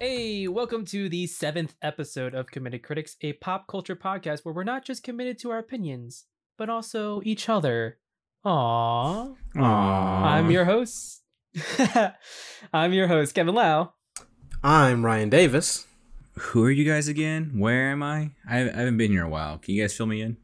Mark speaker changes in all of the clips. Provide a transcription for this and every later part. Speaker 1: Hey, welcome to the seventh episode of Committed Critics, a pop culture podcast where we're not just committed to our opinions, but also each other. Aww.
Speaker 2: Aww.
Speaker 1: I'm your host. I'm your host, Kevin Lau.
Speaker 2: I'm Ryan Davis.
Speaker 3: Who are you guys again? Where am I? I hav- I haven't been here in a while. Can you guys fill me in?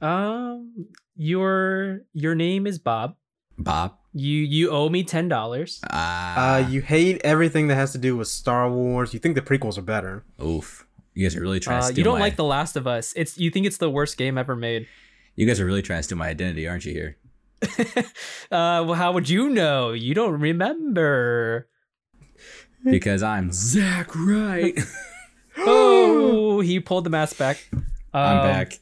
Speaker 1: Um, your your name is Bob.
Speaker 3: Bob.
Speaker 1: You you owe me ten dollars.
Speaker 3: Ah.
Speaker 2: Uh, you hate everything that has to do with Star Wars. You think the prequels are better.
Speaker 3: oof. You guys are really trying
Speaker 1: Uh,
Speaker 3: to steal
Speaker 1: you don't
Speaker 3: my.
Speaker 1: like The Last of Us. It's you think it's the worst game ever made.
Speaker 3: you guys are really trying to steal my identity, aren't you? Here.
Speaker 1: uh, well, how would you know? You don't remember.
Speaker 3: Because I'm Zach Wright.
Speaker 1: Oh, he pulled the mask back.
Speaker 3: I'm
Speaker 1: Um,
Speaker 3: back.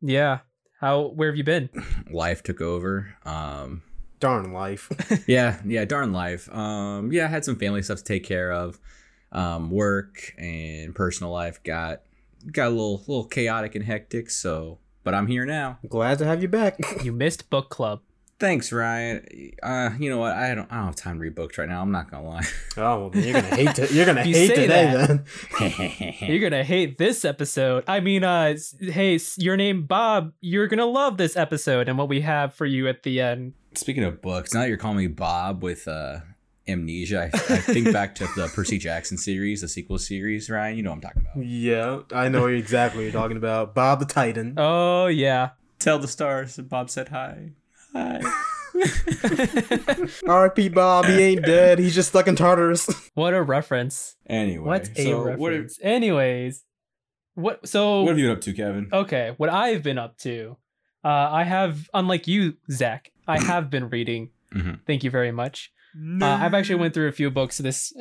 Speaker 1: Yeah. How? Where have you been?
Speaker 3: Life took over. Um.
Speaker 2: Darn life.
Speaker 3: yeah yeah darn life um yeah i had some family stuff to take care of um work and personal life got got a little little chaotic and hectic so but i'm here now
Speaker 2: Glad to have you back.
Speaker 1: You missed book club.
Speaker 3: thanks ryan uh you know what i don't i don't have time to read books right now i'm not gonna
Speaker 2: oh, well, then you're gonna hate. To, you're gonna
Speaker 1: You
Speaker 2: hate
Speaker 1: say
Speaker 2: today
Speaker 1: that.
Speaker 2: then.
Speaker 3: lie
Speaker 1: You're gonna hate this episode. I mean, uh, s- hey, s- your name Bob. You're gonna love this episode and what we have for you at the end.
Speaker 3: speaking of books now that you're calling me bob with uh amnesia I, I think back to the percy jackson series the sequel series ryan you know what i'm talking about
Speaker 2: Yeah, I know exactly what you're talking about. Bob the Titan.
Speaker 1: Oh yeah.
Speaker 3: tell the stars that bob said hi hi
Speaker 2: R.P. Bob. He ain't dead. He's just stuck in Tartarus.
Speaker 1: what a reference.
Speaker 3: Anyway,
Speaker 1: What a
Speaker 3: so
Speaker 1: reference.
Speaker 3: What have,
Speaker 1: Anyways, what? So
Speaker 3: what have you been up to, Kevin?
Speaker 1: okay, what I've been up to. Uh, I have, unlike you, Zach, I have been reading.
Speaker 3: Mhm.
Speaker 1: Thank you very much. Uh, I've actually went through a few books this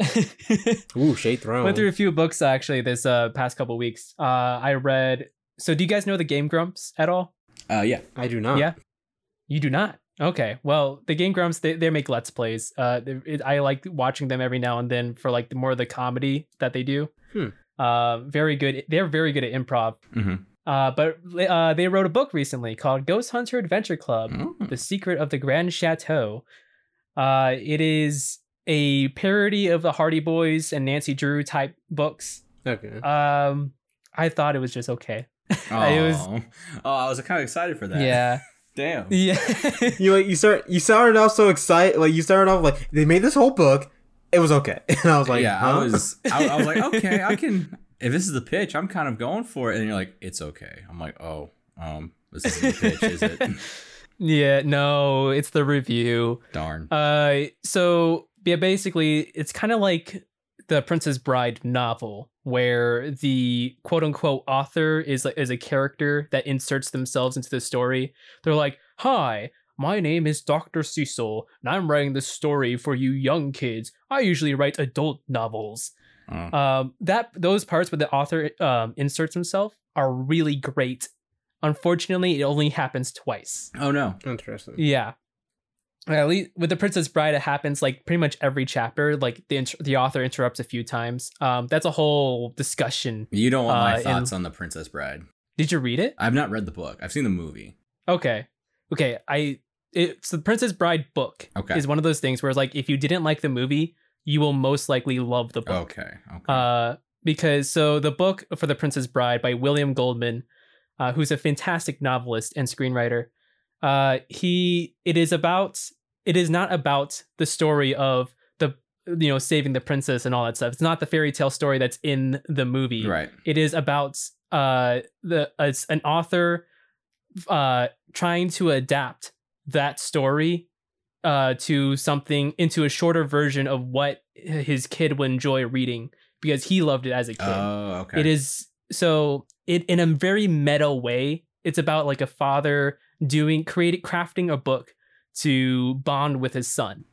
Speaker 2: Ooh, Shade Throne.
Speaker 1: went through a few books actually this uh past couple weeks. Uh, I read. So, do you guys know the Game Grumps at all?
Speaker 3: Uh, yeah,
Speaker 2: I do not.
Speaker 1: Yeah. You do not. Okay. Well, the Game Grumps they, they make Let's Plays. Uh, they- it, I like watching them every now and then for like the more of the comedy that they do.
Speaker 2: Hmm.
Speaker 1: Uh, very good. They're very good at improv.
Speaker 3: Mhm.
Speaker 1: Uh, but uh, they wrote a book recently called Ghost Hunter Adventure Club.
Speaker 3: Mm-hmm.
Speaker 1: The Secret of the Grand Chateau. Uh, it is a parody of the Hardy Boys and Nancy Drew type books.
Speaker 2: Okay.
Speaker 1: Um, I thought it was just okay.
Speaker 3: oh,
Speaker 1: I was-
Speaker 3: oh, I was kind of excited for that.
Speaker 1: Yeah,
Speaker 3: damn.
Speaker 1: yeah.
Speaker 2: You like you start. You started off so excited. Like you started off like they made this whole book. It was okay, and I was like,
Speaker 3: yeah,
Speaker 2: huh?
Speaker 3: I was, I, I was like, okay, I can. If this is the pitch, I'm kind of going for it. And you're like, it's okay. I'm like, oh, um, this is the pitch, is it?
Speaker 1: yeah, no, it's the review.
Speaker 3: Darn.
Speaker 1: Uh, so yeah, basically, it's kind of like the Princess Bride novel, where the quote unquote author is like is a character that inserts themselves into the story. They're like, "Hi, my name is Doctor Cecil, and I'm writing this story for you young kids. I usually write adult novels."
Speaker 3: Oh.
Speaker 1: Um, that those parts where the author um, inserts himself are really great. Unfortunately, it only happens twice.
Speaker 3: oh no.
Speaker 2: interesting.
Speaker 1: Yeah. At least with the Princess Bride, it happens like pretty much every chapter. Like the int- the author interrupts a few times. Um, that's a whole discussion.
Speaker 3: You don't want
Speaker 1: Uh,
Speaker 3: my
Speaker 1: and-
Speaker 3: thoughts on the Princess Bride.
Speaker 1: Did you read it?
Speaker 3: I've not read the book. I've seen the movie.
Speaker 1: Okay, okay. I it's the Princess Bride book.
Speaker 3: Okay.
Speaker 1: is one of those things where it's like if you didn't like the movie, you will most likely love the book.
Speaker 3: Okay. Okay.
Speaker 1: Uh, because so the book for the Princess Bride by William Goldman, uh, who's a fantastic novelist and screenwriter, uh, he it is about it is not about the story of the you know saving the princess and all that stuff. It's not the fairy tale story that's in the movie.
Speaker 3: right.
Speaker 1: It is about uh the it's an author uh trying to adapt that story uh to something into a shorter version of what his kid would enjoy reading because he loved it as a kid.
Speaker 3: Oh, okay.
Speaker 1: It is so it in a very meta way. It's about like a father doing creating crafting a book to bond with his son.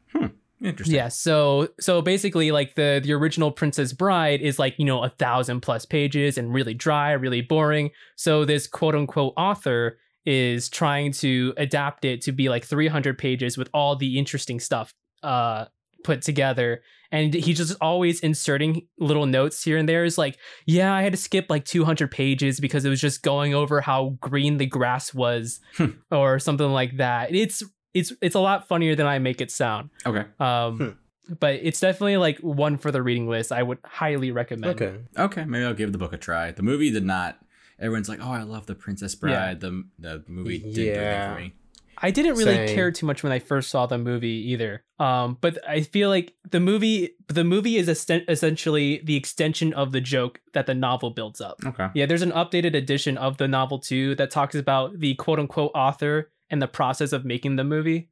Speaker 3: interesting.
Speaker 1: Yeah, so so basically like the the original Princess Bride is like, you know, a thousand plus pages and really dry, really boring. So this quote unquote author is trying to adapt it to be like 300 pages with all the interesting stuff uh put together and he's just always inserting little notes here and there is like yeah i had to skip like 200 pages because it was just going over how green the grass was
Speaker 3: Hmm.
Speaker 1: or something like that it's it's it's a lot funnier than i make it sound
Speaker 3: Okay.
Speaker 1: um,
Speaker 2: Hmm.
Speaker 1: but it's definitely like one for the reading list. I would highly recommend.
Speaker 2: Okay.
Speaker 3: Okay, maybe I'll give the book a try. The movie did not. Everyone's like, "Oh, I love the Princess Bride." The the movie didn't do anything
Speaker 2: Yeah.
Speaker 3: for me.
Speaker 1: I didn't really
Speaker 2: Same.
Speaker 1: care too much when I first saw the movie either. Um, but I feel like the movie the movie is esten- essentially the extension of the joke that the novel builds up.
Speaker 3: Okay.
Speaker 1: Yeah, there's an updated edition of the novel too that talks about the quote unquote author and the process of making the movie.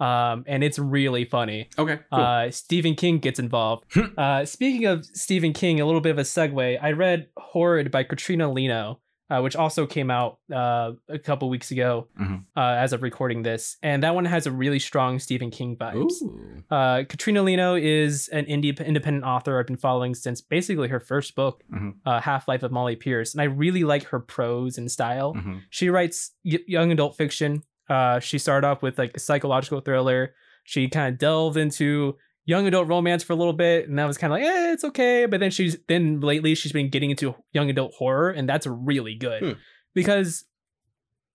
Speaker 1: Um, and it's really funny.
Speaker 3: Okay. Cool. Hmm.
Speaker 1: Uh, Stephen King gets involved. uh, speaking of Stephen King, a little bit of a segue. I read Horrid by Katrina Leno, uh, which also came out uh, a couple weeks ago
Speaker 3: Mhm.
Speaker 1: uh, as of recording this. And that one has a really strong Stephen King vibes.
Speaker 3: Ooh.
Speaker 1: Uh, Katrina Leno is an indie, independent author I've been following since basically her first book,
Speaker 3: Mhm.
Speaker 1: uh, Half Life of Molly Pierce. And I really like her prose and style.
Speaker 3: Mhm.
Speaker 1: She writes y- young adult fiction. Uh, she started off with like a psychological thriller. She kind of delved into young adult romance for a little bit, and that was kind of like, eh, it's okay. But then she's then lately she's been getting into young adult horror, and that's really good
Speaker 2: Hmm.
Speaker 1: because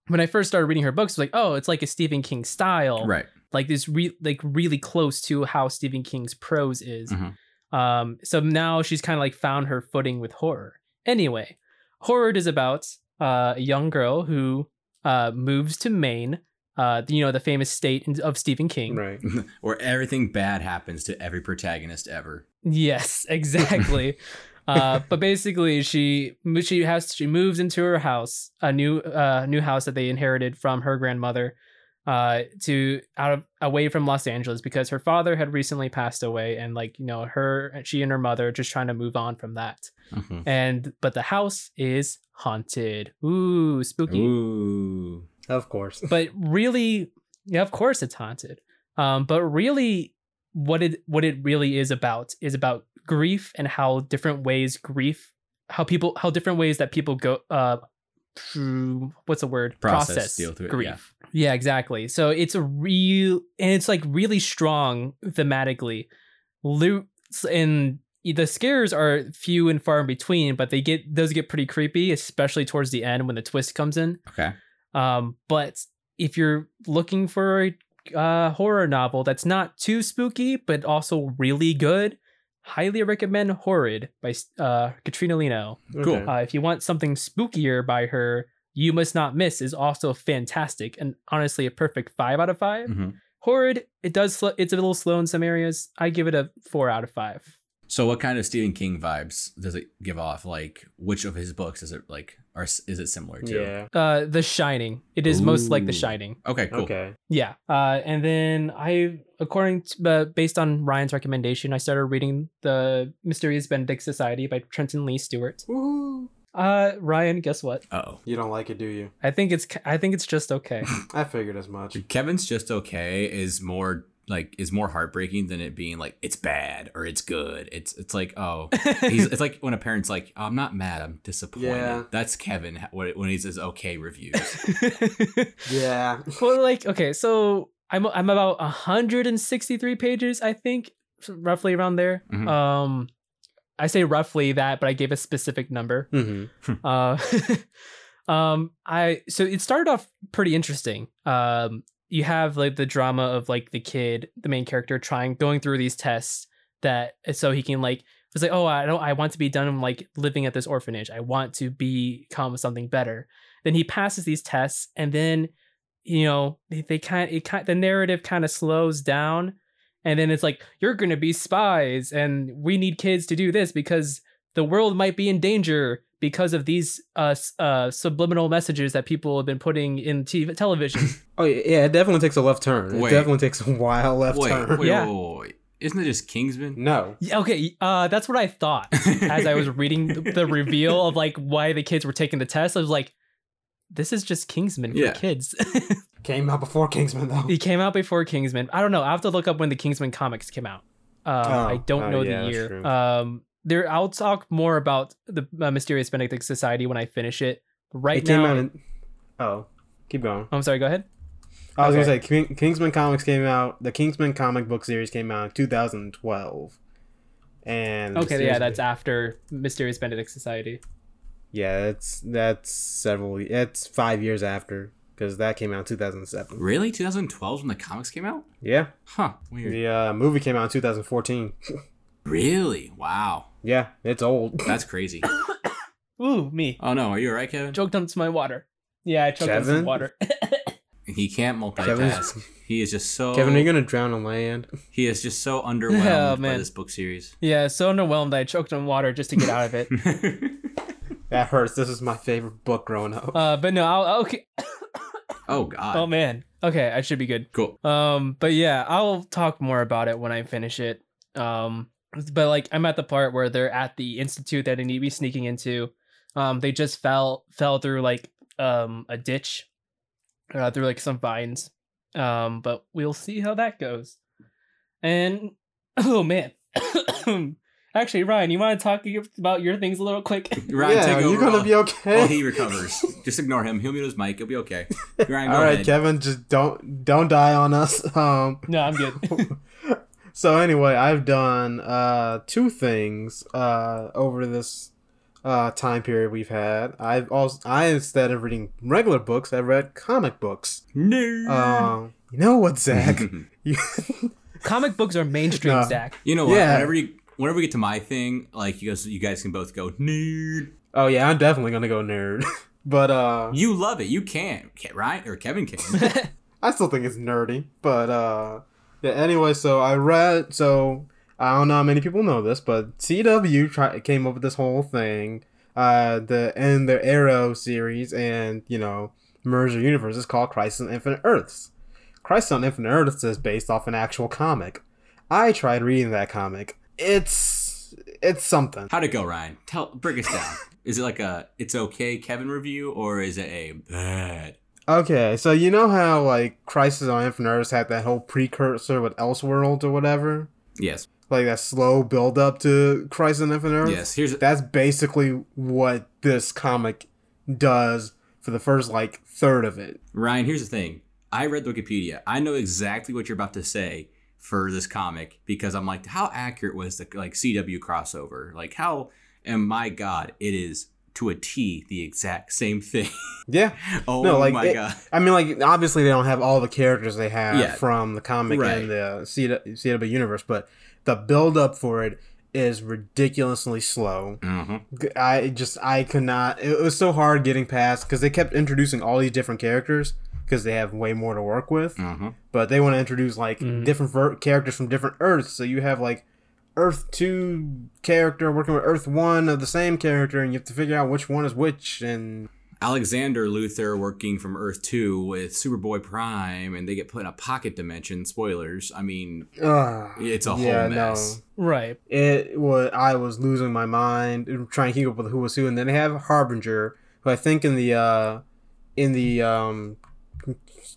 Speaker 1: when I first started reading her books, it was like, oh, it's like a Stephen King style,
Speaker 3: Right.
Speaker 1: like this re- like really close to how Stephen King's prose is.
Speaker 3: Mhm.
Speaker 1: Um, so now she's kind of like found her footing with horror. Anyway, horror is about uh, a young girl who uh, moves to Maine, uh, you know, the famous state in- of Stephen King.
Speaker 2: Right.
Speaker 3: Where everything bad happens to every protagonist ever.
Speaker 1: Yes, exactly. uh, but basically, she she has she moves into her house, a new uh, new house that they inherited from her grandmother, uh, to out of away from Los Angeles because her father had recently passed away, and like you know, her she and her mother are just trying to move on from that. Mm-hmm.
Speaker 3: Mhm.
Speaker 1: And but the house is haunted. Ooh, spooky
Speaker 3: Ooh.
Speaker 2: Of course.
Speaker 1: but really yeah of course it's haunted um but really what it what it really is about is about grief and how different ways grief how people how different ways that people go uh through what's the word
Speaker 3: Process, deal through it,
Speaker 1: grief yeah. exactly so it's a real and it's like really strong thematically loots and the scares are few and far in between but they get those get pretty creepy especially towards the end when the twist comes in
Speaker 3: Okay.
Speaker 1: um, but if you're looking for a uh, horror novel that's not too spooky but also really good, highly recommend Horrid by uh, Katrina Leno.
Speaker 3: Cool.
Speaker 2: Okay.
Speaker 1: Uh, if you want something spookier by her, You Must Not Miss is also fantastic and honestly a perfect five out of 5
Speaker 3: Mhm.
Speaker 1: Horrid, it does sl- it's a little slow in some areas. I give it a four out of five.
Speaker 3: So, what kind of Stephen King vibes does it give off? Like, which of his books is it like, or s- is it similar to?
Speaker 2: Yeah.
Speaker 1: Uh, The Shining, it is most like The
Speaker 3: Ooh.
Speaker 1: Shining.
Speaker 3: Okay. Cool.
Speaker 2: Okay.
Speaker 1: Yeah. Uh, and then I, according to, uh, based on Ryan's recommendation, I started reading The Mysterious Benedict Society by Trenton Lee Stewart.
Speaker 2: Woohoo.
Speaker 1: Uh, Ryan, guess what?
Speaker 3: Uh
Speaker 2: You don't like it, do you?
Speaker 1: I think it's, I think it's just okay.
Speaker 2: I figured as much.
Speaker 3: oh. Kevin's just okay is more like is more heartbreaking than it being like it's bad or it's good. It's it's like oh he's it's like when a parent's like I'm not mad I'm disappointed.
Speaker 2: Yeah.
Speaker 3: That's Kevin ha- when when he says okay reviews.
Speaker 2: Yeah.
Speaker 1: well, like, okay, so I'm, I'm about 163 pages, I think, roughly around there.
Speaker 3: Mhm.
Speaker 1: Um, I say roughly that, but I gave a specific number.
Speaker 2: Mm-hmm.
Speaker 1: Uh, um, I so it started off pretty interesting. Um, you have like the drama of like the kid, the main character, trying going through these tests that so he can like it's like oh I don't I want to be done like living at this orphanage. I want to become something better. Then he passes these tests, and then you know they, they kind it kind the narrative kind of slows down. And then it's like you're gonna be spies, and we need kids to do this because the world might be in danger because of these uh, s- uh, subliminal messages that people have been putting in TV- television.
Speaker 2: Oh yeah, yeah, it definitely takes a left turn.
Speaker 3: Wait.
Speaker 2: It definitely takes a wild left
Speaker 3: wait,
Speaker 2: turn.
Speaker 3: wait, wait,
Speaker 1: Yeah.
Speaker 3: wait, wait. Isn't it just Kingsman?
Speaker 2: No.
Speaker 1: Yeah, okay, uh, that's what I thought
Speaker 2: Mm.
Speaker 1: as I was reading the, the reveal of like why the kids were taking the test. I was like, this is just Kingsman for
Speaker 3: Yeah.
Speaker 1: kids.
Speaker 2: Came out before Kingsman though.
Speaker 1: it came out before Kingsman. I don't know. I have to look up when the Kingsman comics came out. Um,
Speaker 2: Oh,
Speaker 1: I don't
Speaker 2: oh,
Speaker 1: know
Speaker 2: yeah,
Speaker 1: the
Speaker 2: that's
Speaker 1: year.
Speaker 2: true.
Speaker 1: Um, there, I'll talk more about the uh, Mysterious Benedict Society when I finish it. Right
Speaker 2: it came
Speaker 1: now,
Speaker 2: out in Oh. Keep going.
Speaker 1: I'm sorry. Go ahead.
Speaker 2: I was
Speaker 1: Okay.
Speaker 2: gonna say King, Kingsman comics came out. The Kingsman comic book series came out in 2012. And
Speaker 1: Okay, yeah, that's after Mysterious Benedict Society.
Speaker 2: yeah, that's that's several. It's five years after because that came out in 2007.
Speaker 3: Really? 2012 when the comics came out?
Speaker 2: Yeah,
Speaker 3: Huh. Weird.
Speaker 2: the uh, movie came out in 2014.
Speaker 3: Really? Wow.
Speaker 2: Yeah, it's old.
Speaker 3: That's crazy.
Speaker 1: Ooh, me.
Speaker 3: Oh no, are you alright, Kevin?
Speaker 1: Choked on some of my water. Yeah, I choked on
Speaker 2: Kevin?
Speaker 1: some water.
Speaker 3: He can't multitask.
Speaker 2: Kevin's-
Speaker 3: He is just so
Speaker 2: Kevin, are you gonna drown on land?
Speaker 3: he is just so underwhelmed
Speaker 1: Oh,
Speaker 3: by
Speaker 1: man.
Speaker 3: this book series.
Speaker 1: yeah, so underwhelmed I choked on water just to get out of it.
Speaker 2: That hurts. This is my favorite book growing up.
Speaker 1: Uh, but no, I'll, okay.
Speaker 3: oh god.
Speaker 1: Oh man. Okay, I should be good.
Speaker 3: cool.
Speaker 1: Um, but yeah, I'll talk more about it when I finish it. Um, but like I'm at the part where they're at the institute that they need to be sneaking into. Um, they just fell fell through like um a ditch, uh, through like some vines. Um, but we'll see how that goes. And oh man, actually, Ryan, you want to talk about your things a little quick?
Speaker 3: Ryan,
Speaker 2: yeah,
Speaker 3: take
Speaker 2: are
Speaker 3: over.
Speaker 2: you gonna
Speaker 3: while-
Speaker 2: be okay?
Speaker 3: while he recovers. just ignore him. He'll mute his mic. He'll be okay. Ryan, go
Speaker 2: All right,
Speaker 3: ahead.
Speaker 2: Kevin, just don't don't die on us. Um,
Speaker 1: no, I'm good.
Speaker 2: so anyway, I've done uh, two things uh, over this uh, time period we've had. I've also I instead of reading regular books, I read comic books.
Speaker 3: No.
Speaker 2: Um, you know what, Zach? You-
Speaker 1: Comic books are mainstream,
Speaker 2: No.
Speaker 1: Zach.
Speaker 3: you know what?
Speaker 2: yeah.
Speaker 3: Whenever you whenever we get to my thing, like you guys you guys can both go nerd.
Speaker 2: oh yeah, I'm definitely gonna go nerd. but uh,
Speaker 3: You love it. You can. Ke- Ryan or Kevin can.
Speaker 2: I still think it's nerdy. But uh, yeah. Anyway, so I read. So I don't know how many people know this, but CW try- came up with this whole thing. Uh, the and the Arrow series, and you know, merge of universes called Crisis on Infinite Earths. Crisis on Infinite Earths is based off an actual comic. I tried reading that comic. It's it's something.
Speaker 3: How'd it go, Ryan? Tell break us down. is it like a it's okay Kevin review or is it a bad?
Speaker 2: Okay, so you know how like Crisis on Infinite Earths had that whole precursor with Elseworlds or whatever,
Speaker 3: Yes.
Speaker 2: like that slow build up to Crisis on Infinite Earths.
Speaker 3: Yes. Here's
Speaker 2: That's basically what this comic does for the first like third of it.
Speaker 3: Ryan, here's the thing. I read Wikipedia. I know exactly what you're about to say for this comic because I'm like, how accurate was the like CW crossover? Like how and my god, it is to a T the exact same thing.
Speaker 2: Yeah,
Speaker 3: oh
Speaker 2: No, like,
Speaker 3: my
Speaker 2: it-
Speaker 3: god.
Speaker 2: I mean, like obviously they don't have all the characters they have
Speaker 3: Yeah.
Speaker 2: from the comic
Speaker 3: Right.
Speaker 2: and the CW CW universe, but the build up for it is ridiculously slow.
Speaker 3: Mhm.
Speaker 2: I just I could not. It was so hard getting past because they kept introducing all these different characters because they have way more to work with.
Speaker 3: Mhm.
Speaker 2: But they want to introduce like
Speaker 1: Mhm.
Speaker 2: different ver- characters from different Earths, so you have like Earth two character working with Earth one of the same character, and you have to figure out which one is which. And
Speaker 3: Alexander Luther working from Earth 2 with Superboy Prime and they get put in a pocket dimension, spoilers. I mean,
Speaker 2: uh,
Speaker 3: it's a
Speaker 2: Yeah,
Speaker 3: whole mess.
Speaker 1: Right.
Speaker 2: it was I was losing my mind and trying to keep up with who was who, and then they have Harbinger, who I think in the uh, in the um,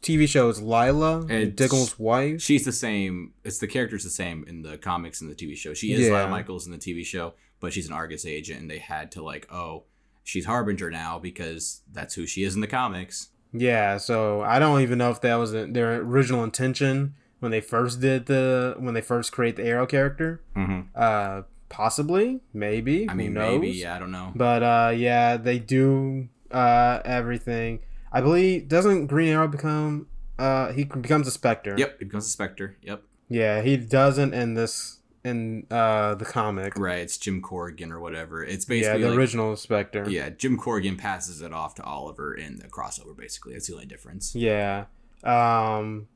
Speaker 2: TV show is Lila,
Speaker 3: It's-
Speaker 2: Diggle's wife.
Speaker 3: She's the same. It's the character's the same in the comics and the TV show. She is
Speaker 2: Yeah.
Speaker 3: Lyle Michaels in the TV show, but she's an Argus agent, and they had to like, oh, she's Harbinger now because that's who she is in the comics.
Speaker 2: Yeah, so I don't even know if that was their original intention when they first did the when they first create the Arrow character.
Speaker 3: Mm-hmm.
Speaker 2: Uh, possibly, maybe.
Speaker 3: I
Speaker 2: who
Speaker 3: mean,
Speaker 2: knows?
Speaker 3: maybe yeah, I don't know.
Speaker 2: But uh, yeah, they do uh everything. I believe doesn't Green Arrow become uh he becomes a Spectre.
Speaker 3: Yep, it becomes a Spectre. Yep,
Speaker 2: Yeah, he doesn't in this in uh the comic.
Speaker 3: right. It's Jim Corrigan or whatever. It's
Speaker 2: Yeah,
Speaker 3: basically
Speaker 2: the
Speaker 3: like,
Speaker 2: original Spectre.
Speaker 3: Yeah, Jim Corrigan passes it off to Oliver in the crossover. Basically, that's the only difference.
Speaker 2: Yeah. Um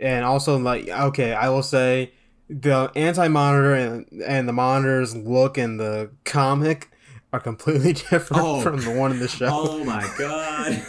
Speaker 2: and also like okay, I will say the anti-monitor and and the monitor's look in the comic are completely different
Speaker 3: Oh.
Speaker 2: from the one in the
Speaker 3: Oh
Speaker 2: show.
Speaker 3: my god!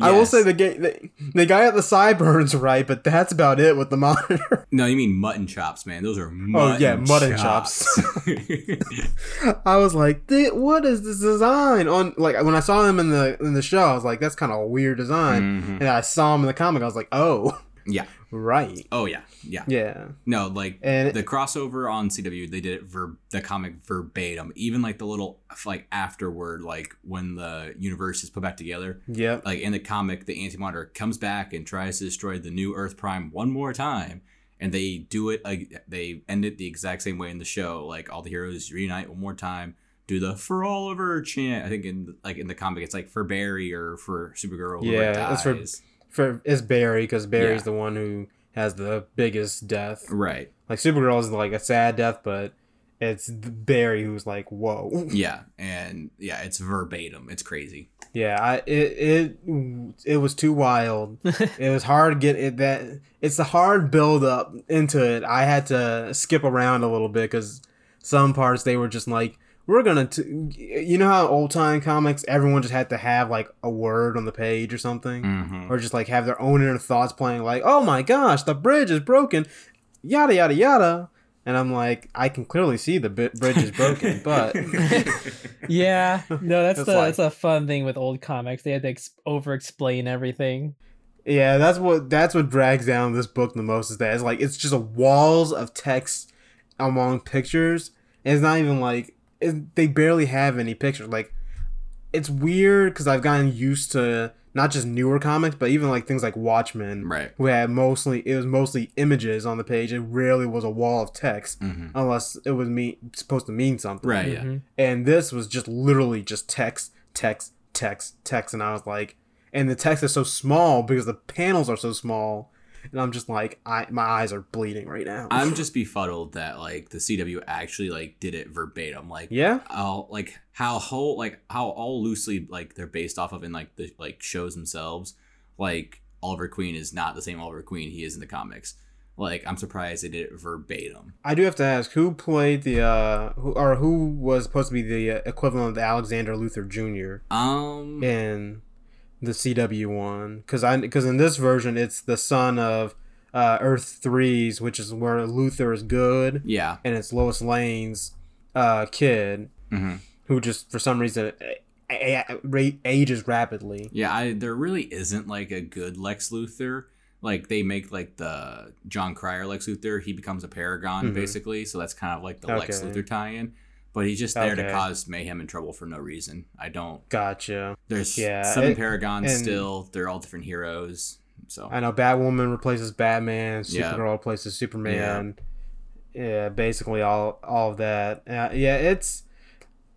Speaker 2: I will
Speaker 3: Yes.
Speaker 2: say the, ga- the the guy at the sideburns right, but that's about it with the monitor.
Speaker 3: no, you mean mutton chops, man. Those are mutton
Speaker 2: Oh, yeah, mutton chops.
Speaker 3: chops.
Speaker 2: I was like, "Thi- "What is this design?" On like when I saw him in the in the show, I was like, "That's kind of a weird design."
Speaker 3: Mhm.
Speaker 2: And I saw him in the comic, I was like, "Oh,
Speaker 3: Yeah.
Speaker 2: right,
Speaker 3: Oh yeah, yeah.
Speaker 2: yeah."
Speaker 3: No, like
Speaker 2: And
Speaker 3: the crossover on CW, they did it ver- the comic verbatim. Even like the little like afterward, like when the universe is put back together.
Speaker 2: yep,
Speaker 3: Like in the comic, the Anti Monitor comes back and tries to destroy the New Earth Prime one more time, and they do it. Like, they end it the exact same way in the show. Like all the heroes reunite one more time do the for Oliver chant. I think in like in the comic, it's like for Barry or for Supergirl. whoever
Speaker 2: Yeah, that's for-
Speaker 3: dies.
Speaker 2: For it's Barry because Barry's
Speaker 3: Yeah.
Speaker 2: the one who has the biggest death.
Speaker 3: right.
Speaker 2: Like Supergirl is like a sad death, but it's Barry who's like, whoa.
Speaker 3: Yeah, and yeah, it's verbatim. It's crazy.
Speaker 2: Yeah, I it it it was too wild. it was hard to get it that it's the hard build up into it. I had to skip around a little bit because some parts they were just like we're gonna t-, you know how old time comics everyone just had to have like a word on the page or something
Speaker 3: Mm-hmm.
Speaker 2: or just like have their own inner thoughts playing like oh my gosh the bridge is broken yada yada yada and I'm like I can clearly see the bi- bridge is broken but
Speaker 1: yeah, no, that's
Speaker 2: It's
Speaker 1: the
Speaker 2: like-
Speaker 1: that's a fun thing with old comics. They had to ex- over explain everything.
Speaker 2: Yeah, that's what that's what drags down this book the most is that it's like it's just a walls of text among pictures. And it's not even like it, they barely have any pictures. Like it's weird because I've gotten used to not just newer comics, but even like things like Watchmen,
Speaker 3: right.
Speaker 2: who had mostly it was mostly images on the page. It rarely was a wall of text
Speaker 3: hmm
Speaker 2: unless it was me supposed to mean something.
Speaker 3: Right. Yeah.
Speaker 1: Mhm.
Speaker 2: And this was just literally just text, text, text, text. And I was like, and the text is so small because the panels are so small. And I'm just like, I my eyes are bleeding right now.
Speaker 3: I'm just befuddled that like the CW actually like did it verbatim. Like
Speaker 2: yeah,
Speaker 3: how like how whole like how all loosely like they're based off of in like the like shows themselves. Like Oliver Queen is not the same Oliver Queen he is in the comics. Like I'm surprised they did it verbatim.
Speaker 2: I do have to ask who played the uh who or who was supposed to be the uh, equivalent of the Alexander Luther Jr.
Speaker 3: Um.
Speaker 2: in the CW one because I because in this version it's the son of uh, Earth Threes, which is where Luther is good,
Speaker 3: Yeah.
Speaker 2: and it's Lois Lane's uh, kid,
Speaker 3: hmm
Speaker 2: who just for some reason a- a- a- ra- ages rapidly.
Speaker 3: Yeah. I there really isn't like a good Lex Luthor. Like they make like the John Cryer Lex Luthor. He becomes a paragon
Speaker 2: Mhm.
Speaker 3: basically. So that's kind of like the Lex
Speaker 2: Okay.
Speaker 3: Luthor tie-in. But he's just there to
Speaker 2: Okay.
Speaker 3: cause mayhem and trouble for no reason. I don't
Speaker 2: Gotcha.
Speaker 3: There's
Speaker 2: Yeah,
Speaker 3: seven
Speaker 2: it-
Speaker 3: paragons
Speaker 2: and-
Speaker 3: still. They're all different heroes. So
Speaker 2: I know Batwoman replaces Batman,
Speaker 3: Yeah.
Speaker 2: Supergirl replaces Superman. Yeah. basically all all of that. Uh, yeah, it's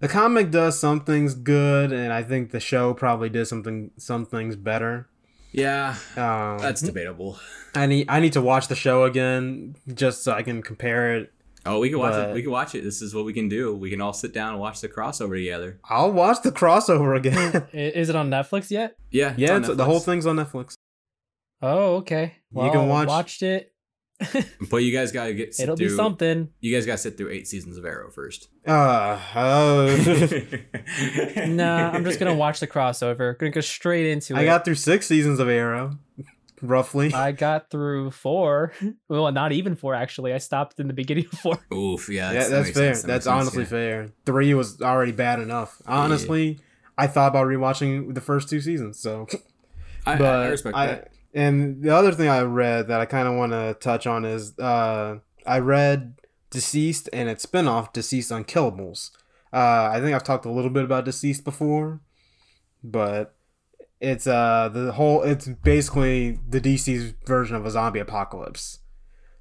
Speaker 2: the comic does some things good, and I think the show probably did something some things better.
Speaker 3: yeah,
Speaker 2: Um,
Speaker 3: that's debatable.
Speaker 2: I need I need to watch the show again just so I can compare it.
Speaker 3: Oh, we can watch it.
Speaker 2: But-
Speaker 3: We can watch it. This is what we can do. We can all sit down and watch the crossover together.
Speaker 2: I'll watch the crossover again.
Speaker 1: Mm-hmm. I- Is it on Netflix yet?
Speaker 3: Yeah,
Speaker 2: yeah,
Speaker 3: on
Speaker 2: it's, uh, the whole
Speaker 3: Netflix.
Speaker 2: thing's on Netflix.
Speaker 1: Oh, okay.
Speaker 2: You
Speaker 1: Well,
Speaker 2: can watch-
Speaker 1: watched it.
Speaker 3: But you guys gotta get. sit
Speaker 1: It'll be
Speaker 3: through-
Speaker 1: something.
Speaker 3: You guys gotta sit through eight seasons of Arrow first.
Speaker 2: Uh, oh.
Speaker 1: Nah, I'm just gonna watch the crossover. Gonna go straight into it.
Speaker 2: I got through six seasons of Arrow, roughly.
Speaker 1: I got through four. Well, not even four actually. I stopped in the beginning of four.
Speaker 3: Oof. Yeah,
Speaker 2: yeah,
Speaker 3: that
Speaker 2: that's
Speaker 3: makes
Speaker 2: fair.
Speaker 3: sense. That makes
Speaker 2: That's
Speaker 3: sense,
Speaker 2: honestly
Speaker 3: yeah.
Speaker 2: fair. Three was already bad enough. Honestly, I thought about rewatching the first two seasons. So,
Speaker 3: I, I-
Speaker 2: but
Speaker 3: I respect that.
Speaker 2: And the other thing I read that I kind of want to touch on is uh, I read Deceased and its spinoff, Deceased Unkillables. Uh, I think I've talked a little bit about Deceased before, but it's uh the whole it's basically the DC's version of a zombie apocalypse,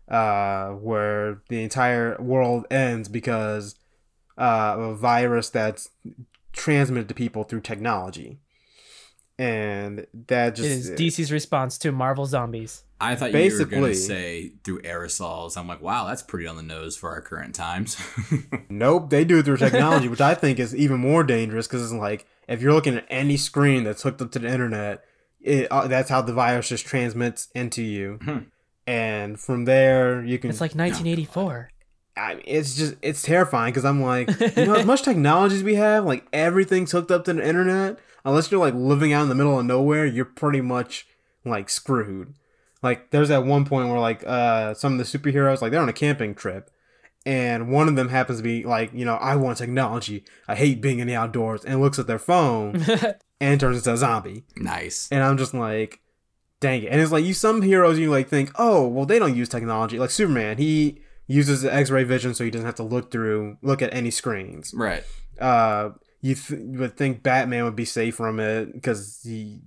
Speaker 2: uh, where the entire world ends because uh, of a virus that's transmitted to people through technology. And that just uh,
Speaker 1: it is DC's response to Marvel zombies.
Speaker 3: I thought you were
Speaker 2: basically-
Speaker 3: gonna say through aerosols. I'm like, wow, that's pretty on the nose for our current times.
Speaker 2: Nope, they do it through technology, which I think is even more dangerous because it's like if you're looking at any screen that's hooked up to the internet, it, uh, that's how the virus just transmits into you,
Speaker 3: Hmm.
Speaker 2: and from there you can.
Speaker 1: It's like 1984.
Speaker 2: I mean, it's just it's terrifying because I'm like, you know, as much technologies we have, like everything's hooked up to the internet. Unless you're like living out in the middle of nowhere, you're pretty much like screwed. Like there's that one point where like uh some of the superheroes like they're on a camping trip, and one of them happens to be like, you know, I want technology. I hate being in the outdoors, and looks at their
Speaker 1: Mm-hmm.
Speaker 2: phone and turns into a zombie.
Speaker 3: nice.
Speaker 2: And I'm just like, dang it. And it's like you some heroes you like think, oh, well they don't use technology. Like Superman, he uses the X-ray vision so he doesn't have to look through look at any screens.
Speaker 3: Right.
Speaker 2: Uh you th- would think Batman would be safe from it because he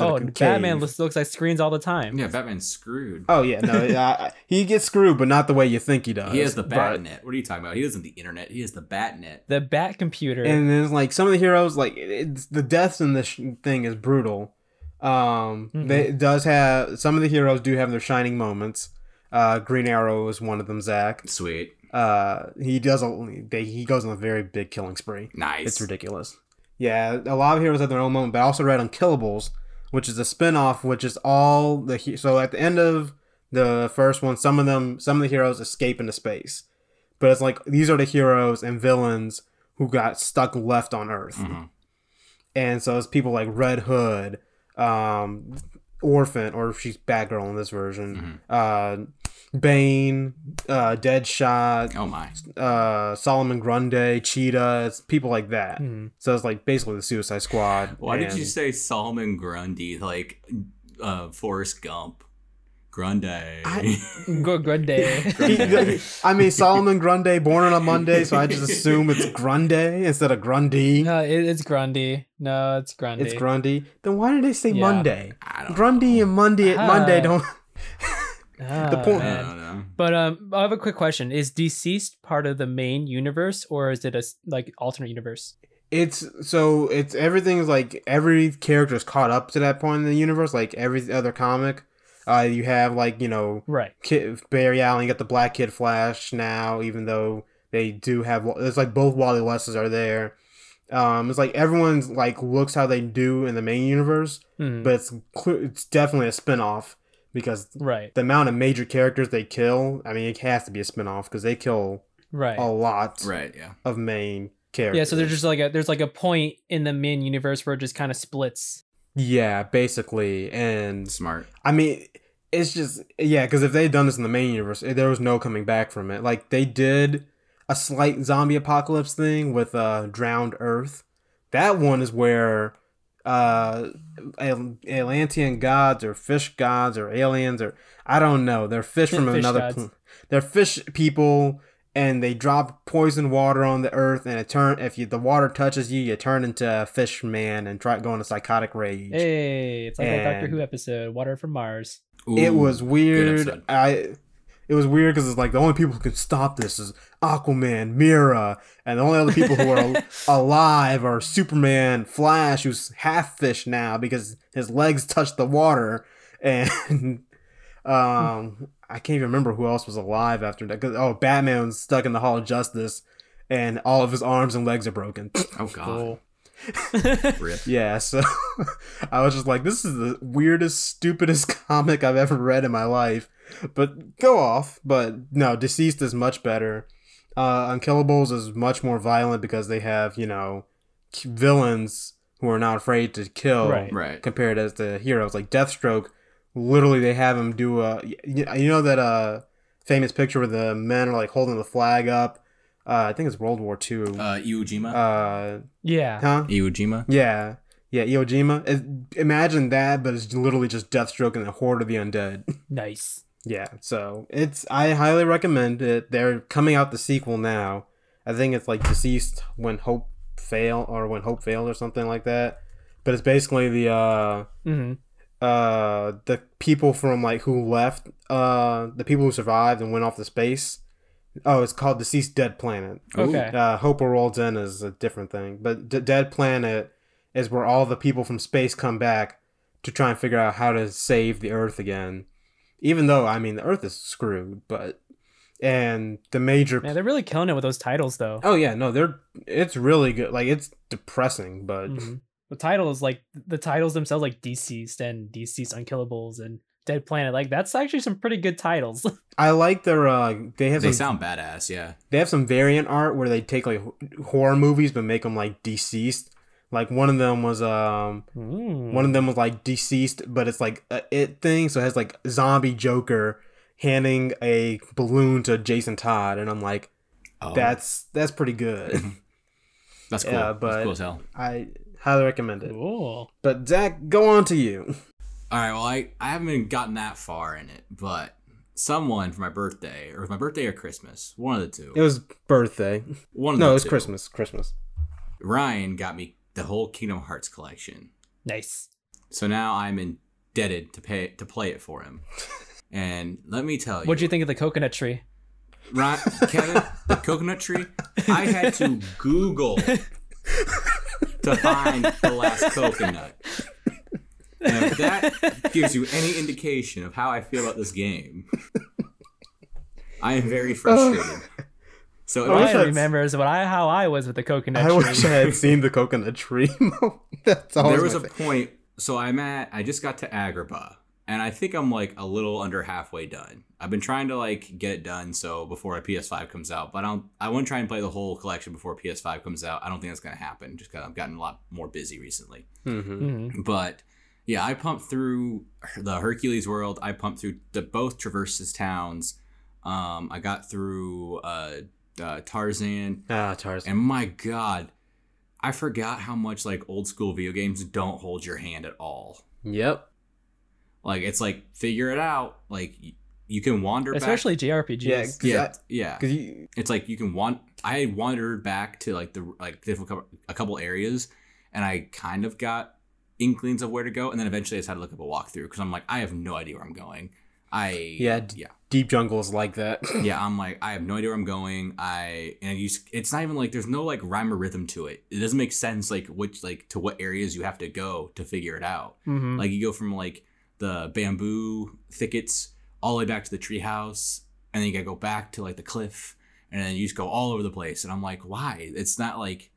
Speaker 1: Oh,
Speaker 2: in a
Speaker 1: and
Speaker 2: cave.
Speaker 1: Batman looks, looks like screens all the time.
Speaker 3: Yeah, Batman's screwed.
Speaker 2: Oh yeah, no, I, I- he gets screwed, but not the way you think he does.
Speaker 3: he has the
Speaker 2: But-
Speaker 3: Batnet. What are you talking about? He doesn't the internet. He has the Batnet.
Speaker 1: The Bat computer.
Speaker 2: And then it's like some of the heroes, like it's the deaths in this sh- thing is brutal. Um,
Speaker 1: Mhm.
Speaker 2: they, it does have some of the heroes do have their shining moments. Uh, Green Arrow is one of them. Zach.
Speaker 3: Sweet,
Speaker 2: Uh, he does a they, he goes on a very big killing spree.
Speaker 3: nice.
Speaker 2: It's ridiculous. Yeah, a lot of heroes have their own moment, but I also read Unkillables, which is a spin-off, which is all the he- so at the end of the first one, some of them some of the heroes escape into space. But it's like these are the heroes and villains who got stuck left on Earth.
Speaker 3: Mhm.
Speaker 2: And so it's people like Red Hood, um, Orphan, or she's Batgirl in this
Speaker 3: mm-hmm.
Speaker 2: version, uh, Bane, uh, Deadshot,
Speaker 3: Oh my.
Speaker 2: uh, Solomon Grundy, Cheetah, it's people like that.
Speaker 1: Hmm.
Speaker 2: So it's like basically the Suicide Squad.
Speaker 3: Why did
Speaker 2: and-
Speaker 3: you say Solomon Grundy like uh, Forrest Gump? Grundy.
Speaker 1: Good, good day.
Speaker 2: He- he- I mean Solomon Grundy, born on a Monday, so I just assume it's Grundy instead of Grundy.
Speaker 1: no, it, it's Grundy. No, it's Grundy.
Speaker 2: It's Grundy. Then why did they say
Speaker 1: Yeah.
Speaker 2: Monday?
Speaker 3: I don't
Speaker 2: Grundy and Monday
Speaker 1: Ah.
Speaker 2: Monday don't.
Speaker 1: Ah,
Speaker 2: the point-
Speaker 3: know. I
Speaker 1: man.
Speaker 3: don't know.
Speaker 1: But um, I have a quick question: Is deceased part of the main universe, or is it a s- like alternate universe?
Speaker 2: It's so it's everything's like every character's caught up to that point in the universe. Like every other comic, uh, you have like you know
Speaker 1: Right.
Speaker 2: Kid, Barry Allen got the Black Kid Flash now, even though they do have it's like both Wally Wesses are there. Um, it's like everyone's like looks how they do in the main universe,
Speaker 1: Hmm.
Speaker 2: but it's cl- it's definitely a spinoff because
Speaker 1: right.
Speaker 2: the amount of major characters they kill. I mean, it has to be a spinoff because they kill
Speaker 1: Right.
Speaker 2: a lot
Speaker 3: Right. Yeah.
Speaker 2: of main characters.
Speaker 1: yeah. So there's just like a there's like a point in the main universe where it just kind of splits.
Speaker 2: yeah, basically, and
Speaker 3: Smart.
Speaker 2: I mean, it's just yeah, because if they had done this in the main universe, eh, there was no coming back from it. Like they did a slight zombie apocalypse thing with uh, Drowned Earth. That one is where uh, Al- Atlantean gods or fish gods or aliens or I don't know. They're fish from
Speaker 1: Fish
Speaker 2: another.
Speaker 1: gods.
Speaker 2: Pl- they're fish people, and they drop poison water on the earth, and it turn if you the water touches you, you turn into a fish man and try go into psychotic rage.
Speaker 1: Hey, it's like that Doctor
Speaker 2: And-
Speaker 1: Who episode, Water from Mars.
Speaker 2: it
Speaker 3: Ooh,
Speaker 2: was weird
Speaker 3: episode.
Speaker 2: i it was weird because it's like the only people who can stop this is aquaman mira and the only other people who are al- alive are superman flash who's half fish now because his legs touch the water and um i can't even remember who else was alive after that 'Cause- oh batman was stuck in the hall of justice and all of his arms and legs are broken
Speaker 3: Oh god.
Speaker 1: Cool.
Speaker 3: Rip.
Speaker 2: yeah so i was just like this is the weirdest stupidest comic i've ever read in my life but go off but no deceased is much better uh unkillables is much more violent because they have you know k- villains who are not afraid to kill
Speaker 1: Right.
Speaker 3: Right.
Speaker 2: compared as the heroes like deathstroke literally they have him do a y- you know that uh famous picture where the men are like holding the flag up uh i think it's world war ii
Speaker 3: Uh, Iwo Jima.
Speaker 2: uh
Speaker 1: Yeah.
Speaker 2: huh
Speaker 3: Iwo Jima.
Speaker 2: yeah. Yeah, Iwo Jima. It- imagine that, but it's literally just Deathstroke and the Horde of the Undead.
Speaker 1: Nice.
Speaker 2: yeah, so it's I highly recommend it. They're coming out the sequel now. I think it's like Deceased When Hope Fail or When Hope Failed or something like that. But it's basically the uh
Speaker 1: hmm
Speaker 2: uh the people from like who left uh the people who survived and went off to space. Oh, it's called Deceased Dead Planet.
Speaker 3: Ooh.
Speaker 1: Okay.
Speaker 2: Uh, Hope World's End is a different thing, but D- Dead Planet is where all the people from space come back to try and figure out how to save the Earth again. Even though, I mean, the Earth is screwed, but and the major.
Speaker 1: Man, they're really killing it with those titles, though.
Speaker 2: oh yeah, no, they're it's really good. Like it's depressing, but
Speaker 1: Mhm. The titles, like the titles themselves, like deceased and deceased unkillables and dead planet. Like that's actually some pretty good titles.
Speaker 2: I like their. Uh, they have
Speaker 3: They sound
Speaker 2: some,
Speaker 3: badass. Yeah.
Speaker 2: they have some variant art where they take like h- horror movies but make them like deceased. Like one of them was um
Speaker 1: Mm.
Speaker 3: Hmm.
Speaker 2: One of them was like deceased, but it's like a it thing, so it has like zombie Joker handing a balloon to Jason Todd, and I'm like,
Speaker 3: Oh,
Speaker 2: that's that's pretty good.
Speaker 3: that's cool.
Speaker 2: yeah, but-
Speaker 3: that's cool as hell.
Speaker 2: I highly recommend it.
Speaker 1: Cool.
Speaker 2: But Zach, go on to you.
Speaker 3: All right. Well, I, I haven't even gotten that far in it, but someone for my birthday, or was my birthday or Christmas, one of the two.
Speaker 2: It was birthday.
Speaker 3: one of
Speaker 2: No,
Speaker 3: the
Speaker 2: it was
Speaker 3: two.
Speaker 2: Christmas. Christmas.
Speaker 3: Ryan got me the whole Kingdom Hearts collection.
Speaker 1: Nice.
Speaker 3: So now I'm indebted to pay to play it for him. And let me tell you,
Speaker 1: What do
Speaker 2: uh,
Speaker 1: you think of the coconut tree?
Speaker 3: Ryan, Kevin, the coconut tree. I had to Google to find the last coconut. And if that gives you any indication of how I feel about this game, I am very frustrated. So if
Speaker 2: Oh,
Speaker 1: All
Speaker 2: wish
Speaker 1: I
Speaker 2: I'd-
Speaker 1: remember is what I how I was with the coconut
Speaker 2: I
Speaker 1: tree.
Speaker 2: wish I had seen the coconut tree. moment. Oh, That's always
Speaker 3: there was
Speaker 2: my
Speaker 3: a point. So I'm at. I just got to Agrabah, and I think I'm like a little under halfway done. I've been trying to like get it done so before a PS5 comes out, but I don't. I want to try and play the whole collection before PS5 comes out. I don't think that's gonna happen. Just because I've gotten a lot more busy recently.
Speaker 2: Mm-hmm.
Speaker 1: Mhm.
Speaker 3: But yeah, I pumped through the Hercules world. I pumped through the both Traverses towns. Um, I got through uh, uh, Tarzan.
Speaker 2: Ah, Tarzan.
Speaker 3: And my god, I forgot how much like old school video games don't hold your hand at all.
Speaker 2: Yep.
Speaker 3: Like it's like figure it out. Like y- you can wander
Speaker 1: Especially JRPGs.
Speaker 2: Yeah.
Speaker 3: back. Yeah, yeah.
Speaker 2: Because you,
Speaker 3: It's like you can want. I wandered back to like the like different couple, a couple areas, and I kind of got inklings of where to go, and then eventually I just had to look up a walkthrough because I'm like I have no idea where I'm going. I
Speaker 2: Yeah, d-
Speaker 3: yeah
Speaker 2: deep jungles like that.
Speaker 3: yeah, I'm like, I have no idea where I'm going. I and you, s- it's not even like there's no like rhyme or rhythm to it. It doesn't make sense like which like to what areas you have to go to figure it out.
Speaker 2: Mm.
Speaker 1: Mhm.
Speaker 3: Like you go from like the bamboo thickets all the way back to the treehouse, and then you gotta go back to like the cliff, and then you just go all over the place. And I'm like, why? It's not like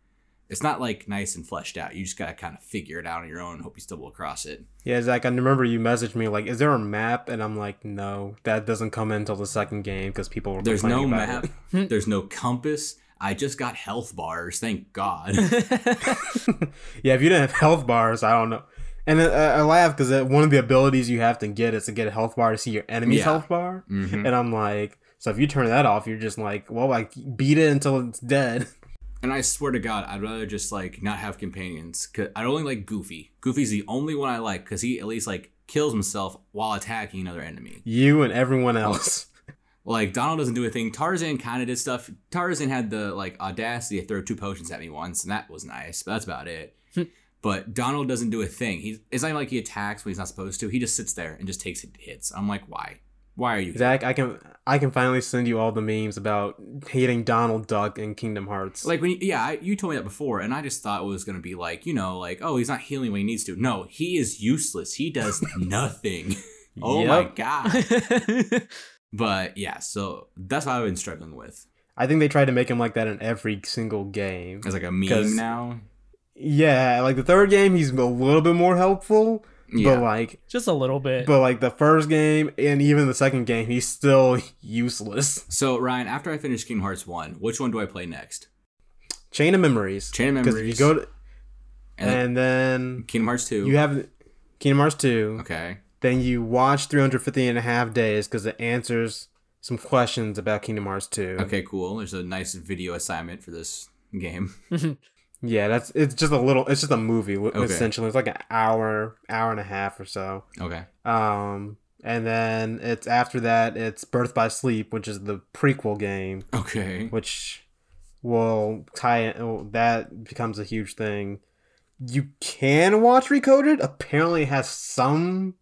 Speaker 3: it's not like nice and fleshed out. You just gotta kind of figure it out on your own and hope you stumble across it.
Speaker 2: Yeah, Zach, I remember you messaged me like, "Is there a map?" And I'm like, "No, that doesn't come in until the second game because people were
Speaker 3: There's no
Speaker 2: complaining about
Speaker 3: map.
Speaker 2: it." Hmm.
Speaker 1: it.
Speaker 3: There's no compass. I just got health bars. Thank God.
Speaker 2: yeah, if you didn't have health bars, I don't know. And I, I I laugh because one of the abilities you have to get is to get a health bar to see your enemy's
Speaker 3: Yeah.
Speaker 2: health bar,
Speaker 3: Mhm.
Speaker 2: and I'm like, so if you turn that off, you're just like, well, I beat it until it's dead.
Speaker 3: And I swear to God, I'd rather just like not have companions. Cause I only like Goofy. Goofy's the only one I like because he at least like kills himself while attacking another enemy.
Speaker 2: You and everyone else.
Speaker 3: Like Donald doesn't do a thing. Tarzan kind of did stuff. Tarzan had the like audacity to throw two potions at me once, and that was nice. But that's about it.
Speaker 1: Hmm.
Speaker 3: but Donald doesn't do a thing. He's it's not even like he attacks when he's not supposed to. He just sits there and just takes hits. I'm like, why? Why are you? here?
Speaker 2: Zach, I can I can finally send you all the memes about hating Donald Duck in Kingdom Hearts.
Speaker 3: Like when you, yeah, I, you told me that before, and I just thought it was gonna be like you know like oh he's not healing when he needs to. No, he is useless. He does nothing. Oh my
Speaker 2: Yep.
Speaker 3: god. But yeah, so that's what I've been struggling with.
Speaker 2: I think they tried to make him like that in every single game.
Speaker 3: It's like a meme
Speaker 2: 'Cause-
Speaker 3: now.
Speaker 2: Yeah, like the third game, he's a little bit more helpful,
Speaker 3: Yeah.
Speaker 2: but like,
Speaker 1: Just a little bit.
Speaker 2: but like the first game and even the second game, he's still useless.
Speaker 3: so Ryan, after I finish Kingdom Hearts one, which one do I play next?
Speaker 2: Chain of memories.
Speaker 3: Chain of
Speaker 2: Because if you
Speaker 3: Memories
Speaker 2: go to,
Speaker 3: and then
Speaker 2: and then
Speaker 3: Kingdom Hearts two.
Speaker 2: you have Kingdom Hearts two,
Speaker 3: okay.
Speaker 2: then you watch 350 and a half days because it answers some questions about Kingdom Hearts two.
Speaker 3: Okay, cool. There's a nice video assignment for this game.
Speaker 2: Yeah, that's it's just a little. It's just a movie w-
Speaker 3: Okay.
Speaker 2: essentially. It's like an hour, hour and a half or so.
Speaker 3: Okay.
Speaker 2: Um, and then it's after that, it's Birth by Sleep, which is the prequel game,
Speaker 3: Okay.
Speaker 2: which will tie in. oh, That becomes a huge thing. You can watch Recoded. Apparently, it has some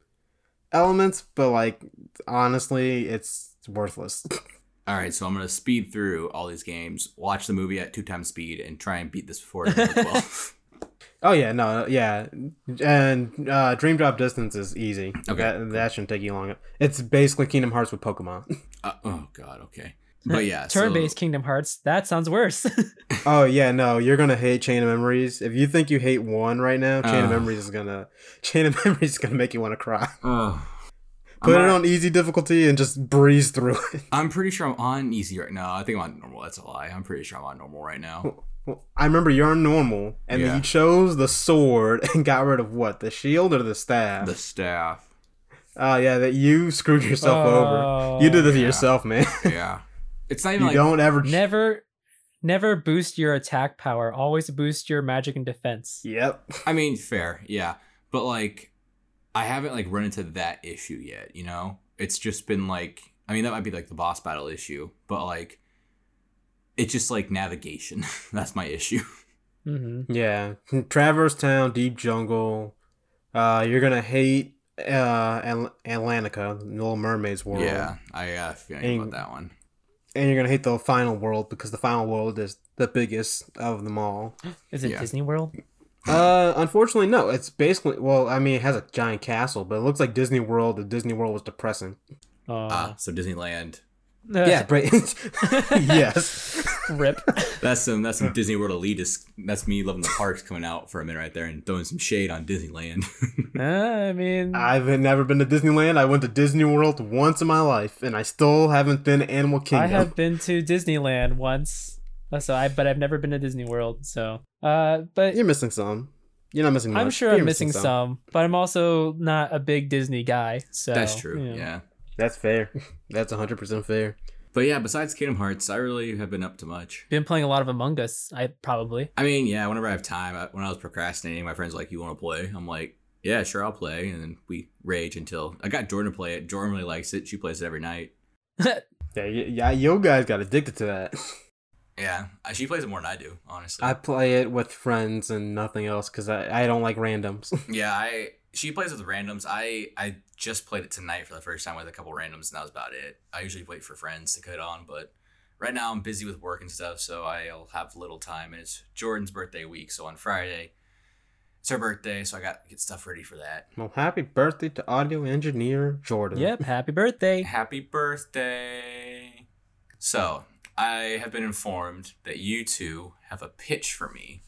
Speaker 2: elements, but like honestly, it's worthless.
Speaker 3: All right, so I'm gonna speed through all these games, watch the movie at two times speed, and try and beat this before November 12th.
Speaker 2: oh yeah, no, yeah, and uh, Dream Drop Distance is easy.
Speaker 3: Okay,
Speaker 2: that, that shouldn't take you long. It's basically Kingdom Hearts with Pokemon.
Speaker 3: Uh, oh God. Okay. But yeah, so-
Speaker 1: Turn-based Kingdom Hearts. That sounds worse.
Speaker 2: Oh yeah, no, you're gonna hate Chain of Memories. If you think you hate one right now, Chain
Speaker 3: Ugh.
Speaker 2: of Memories is gonna Chain of Memories is gonna make you want to cry.
Speaker 3: Ugh. uh, I'm
Speaker 2: Put
Speaker 3: not-
Speaker 2: it on easy difficulty and just breeze through it.
Speaker 3: I'm pretty sure I'm on easy right now. I think I'm on normal. That's a lie. I'm pretty sure I'm on normal right now.
Speaker 2: Well, I remember you're on normal, and
Speaker 3: Yeah.
Speaker 2: you chose the sword and got rid of what the shield or the staff.
Speaker 3: The staff.
Speaker 2: Oh yeah, that you screwed yourself over.
Speaker 1: Oh.
Speaker 2: You did this
Speaker 3: Oh, yeah.
Speaker 2: yourself, man.
Speaker 3: Yeah. It's not
Speaker 2: You
Speaker 3: even like
Speaker 2: don't ever.
Speaker 1: Never, never boost your attack power. Always boost your magic and defense.
Speaker 2: Yep.
Speaker 3: I mean, fair, yeah. But like I haven't like run into that issue yet, you know? It's just been like I mean that might be like the boss battle issue, but like it's just like navigation. That's my issue.
Speaker 1: Mm-hmm.
Speaker 2: Yeah, Traverse Town, Deep Jungle. Uh, you're gonna hate uh Atl- Atlantica, Little Mermaid's world.
Speaker 3: Yeah, I got a feeling
Speaker 2: And-
Speaker 3: about that one.
Speaker 2: and you're gonna hate the final world because the final world is the biggest of them all.
Speaker 1: Is it
Speaker 3: Yeah.
Speaker 1: Disney World?
Speaker 2: Uh, unfortunately, no. It's basically well, I mean, it has a giant castle, but it looks like Disney World. The Disney World was depressing.
Speaker 1: Uh,
Speaker 3: Ah, so Disneyland.
Speaker 2: Yeah, bra- yes.
Speaker 1: Rip.
Speaker 3: That's some that's some Disney World elitist. That's me loving the parks coming out for a minute right there and throwing some shade on Disneyland.
Speaker 1: Uh, I mean,
Speaker 2: I've never been to Disneyland. I went to Disney World once in my life, and I still haven't been to Animal
Speaker 1: I
Speaker 2: Kingdom.
Speaker 1: have been to Disneyland once, Uh, so I but I've never been to Disney World. So, uh, but
Speaker 2: You're missing some. You're not missing. Much.
Speaker 1: I'm sure
Speaker 2: You're
Speaker 1: I'm missing some. but I'm also not a big Disney guy. So
Speaker 3: that's true.
Speaker 1: you know.
Speaker 3: yeah.
Speaker 2: That's fair. That's 100 percent fair.
Speaker 3: But yeah, besides Kingdom Hearts, I really have been up to much.
Speaker 1: Been playing a lot of Among Us. I probably.
Speaker 3: I mean, yeah, whenever I have time, I, when I was procrastinating, my friends were like, "You want to play?" I'm like, "Yeah, sure, I'll play." And then we rage until I got Jordan to play it. Jordan really likes it. She plays it every night.
Speaker 2: Yeah, y- yeah. Yo guys got addicted to that.
Speaker 3: Yeah, I- she plays it more than I do, honestly.
Speaker 2: I play it with friends and nothing else because I, I don't like randoms.
Speaker 3: yeah, I she plays with randoms. I I just played it tonight for the first time with a couple randoms, and that was about it. I usually wait for friends to cut on, but right now I'm busy with work and stuff, so I'll have little time. And it's Jordan's birthday week, so on Friday. It's her birthday, so I got to get stuff ready for that.
Speaker 2: well, happy birthday to audio engineer Jordan.
Speaker 1: Yep. Happy birthday.
Speaker 3: Happy birthday. So, I have been informed that you two have a pitch for me.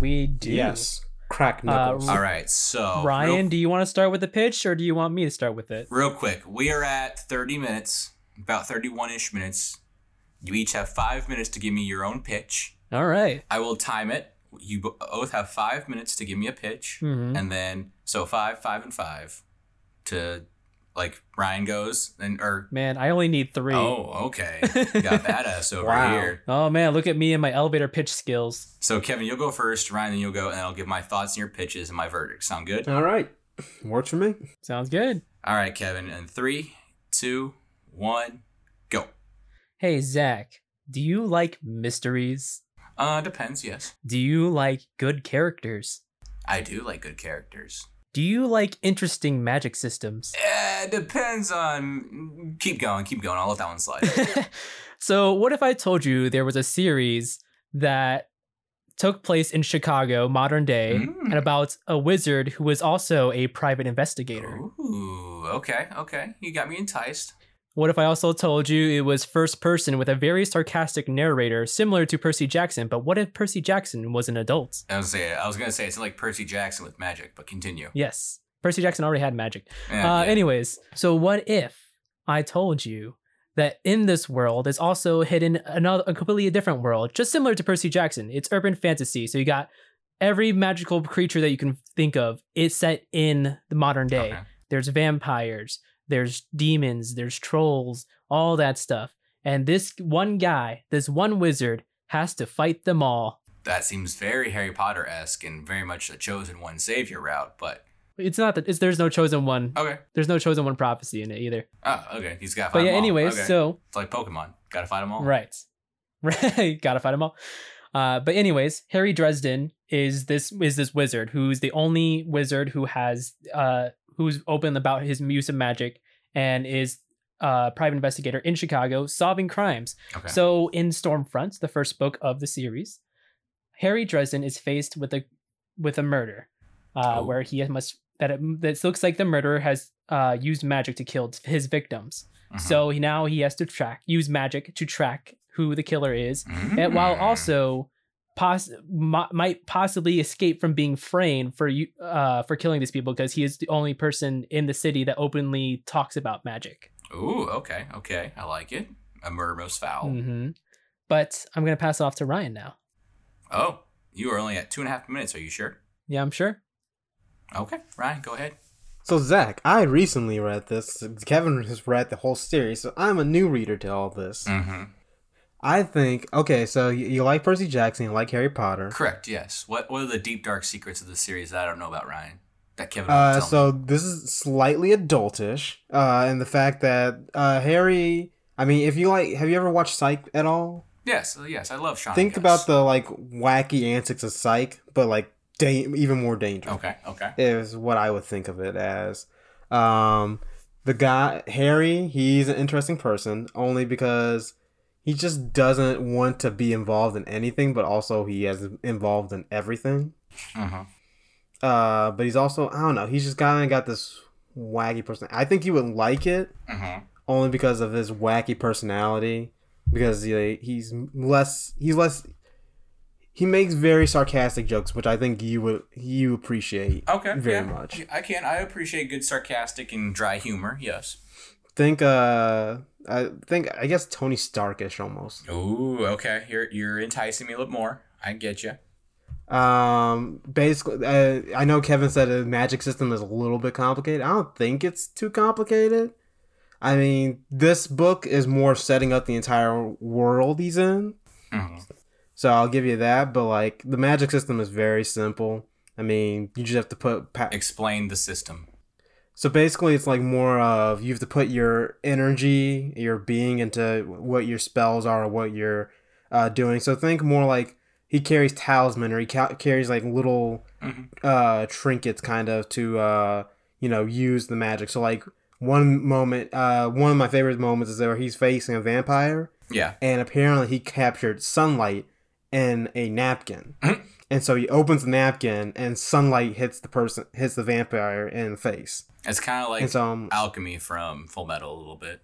Speaker 1: We do.
Speaker 2: Yes. Crack
Speaker 3: Uh,
Speaker 2: knuckles.
Speaker 3: All right, so
Speaker 1: Ryan, do you want to start with the pitch, or do you want me to start with it?
Speaker 3: real, real quick, we are at 30 minutes, about 31 ish minutes. You each have five minutes to give me your own pitch.
Speaker 1: All right.
Speaker 3: I will time it. You bo- both have five minutes to give me a pitch,
Speaker 1: Mhm.
Speaker 3: and then so five, five, and five to like Ryan goes, and or
Speaker 1: Man, I only need three.
Speaker 3: oh, okay, got badass over
Speaker 2: Wow.
Speaker 3: here.
Speaker 1: Oh, man, look at me and my elevator pitch skills.
Speaker 3: So Kevin, you'll go first. Ryan, then you'll go, and I'll give my thoughts and your pitches and my verdict. Sound good?
Speaker 2: All right. Works for me.
Speaker 1: Sounds good.
Speaker 3: All right, Kevin. And three, two, one, go.
Speaker 1: Hey, Zach, do you like mysteries?
Speaker 3: Uh, depends. Yes,
Speaker 1: Do you like good characters?
Speaker 3: I do like good characters.
Speaker 1: Do you like interesting magic systems?
Speaker 3: Eh, depends on. Keep going. Keep going. I'll let that one slide.
Speaker 1: so, what if I told you there was a series that took place in Chicago, modern day,
Speaker 3: Mm.
Speaker 1: and about a wizard who was also a private investigator?
Speaker 3: Oh. Ooh. Okay. Okay. You got me enticed.
Speaker 1: What if I also told you it was first person with a very sarcastic narrator, similar to Percy Jackson? But what if Percy Jackson was an adult?
Speaker 3: I was say. I was gonna say it's like Percy Jackson with magic, but continue.
Speaker 1: Yes. Percy Jackson already had magic.
Speaker 3: Yeah,
Speaker 1: uh,
Speaker 3: yeah.
Speaker 1: Anyways, so what if I told you that in this world is also hidden another, a completely different world, just similar to Percy Jackson? It's urban fantasy. So you got every magical creature that you can think of. It's set in the modern day.
Speaker 3: Okay.
Speaker 1: There's vampires. There's demons. There's trolls. All that stuff. And this one guy, this one wizard, has to fight them all.
Speaker 3: That seems very Harry Potter esque and very much the chosen one savior route. But
Speaker 1: It's not that it's, there's no chosen one.
Speaker 3: okay.
Speaker 1: There's no chosen one prophecy in it either.
Speaker 3: Oh, okay. He's got.
Speaker 1: But yeah, anyways, so
Speaker 3: It's like Pokemon. Gotta fight them all.
Speaker 1: Right. Right. Gotta fight them all. Uh, but anyways, Harry Dresden is this is this wizard who's the only wizard who has uh who's open about his use of magic and is a private investigator in Chicago solving crimes.
Speaker 3: Okay.
Speaker 1: So in Stormfront, the first book of the series, Harry Dresden is faced with a with a murder, uh,
Speaker 3: Oh.
Speaker 1: where he must that it that looks like the murderer has uh used magic to kill his victims.
Speaker 3: Mhm.
Speaker 1: So he, now he has to track, use magic to track who the killer is, and while
Speaker 3: Mm.
Speaker 1: also poss- mi- might possibly escape from being framed for you uh, for killing these people because he is the only person in the city that openly talks about magic.
Speaker 3: Ooh, okay, okay, I like it. A murder most foul.
Speaker 1: hmm But I'm gonna pass it off to Ryan now.
Speaker 3: Oh, you are only at two and a half minutes. Are you sure?
Speaker 1: Yeah, I'm sure.
Speaker 3: Okay, Ryan, go ahead.
Speaker 2: So Zach, I recently read this. Kevin has read the whole series, so I'm a new reader to all this.
Speaker 3: Mm-hmm.
Speaker 2: I think okay, so you, you like Percy Jackson, you like Harry Potter.
Speaker 3: Correct. Yes. What What are the deep dark secrets of the series that I don't know about, Ryan? That Kevin. won't
Speaker 2: Uh,
Speaker 3: tell me?
Speaker 2: so this is slightly adultish, uh, in the fact that uh, Harry. I mean, if you like, have you ever watched Psych at all?
Speaker 3: Yes, uh, yes, I love Sean.
Speaker 2: Think about the like wacky antics of Psych, but like da- even more dangerous.
Speaker 3: Okay, okay.
Speaker 2: Is what I would think of it as. Um, the guy Harry, he's an interesting person only because he just doesn't want to be involved in anything, but also he is involved in everything.
Speaker 3: Uh-huh.
Speaker 2: Uh, but he's also I don't know. He's just kind of got this waggy person. I think he would like it
Speaker 3: Uh-huh.
Speaker 2: only because of his wacky personality. Because he, he's less he's less he makes very sarcastic jokes, which I think you would you appreciate
Speaker 3: Okay.
Speaker 2: very
Speaker 3: yeah.
Speaker 2: much.
Speaker 3: I can. I appreciate good sarcastic and dry humor. Yes.
Speaker 2: Think uh I think I guess Tony Starkish almost.
Speaker 3: Ooh, okay. You're you're enticing me a little more. I get you.
Speaker 2: Um, basically, uh, I know Kevin said the magic system is a little bit complicated. I don't think it's too complicated. I mean, this book is more setting up the entire world he's in,
Speaker 3: Mm-hmm.
Speaker 2: so I'll give you that. But like, the magic system is very simple. I mean, you just have to put. Pa-
Speaker 3: Explain the system.
Speaker 2: so basically, it's like more of you have to put your energy, your being into what your spells are, what you're uh, doing. So think more like he carries talisman, or he ca- carries like little
Speaker 3: Mhm.
Speaker 2: uh trinkets kind of to uh you know use the magic so like one moment uh one of my favorite moments is where he's facing a vampire
Speaker 3: Yeah.
Speaker 2: and apparently he captured sunlight in a napkin and so he opens the napkin and sunlight hits the person hits the vampire in the face
Speaker 3: It's kind of like
Speaker 2: and so um,
Speaker 3: alchemy from Full Metal a little bit.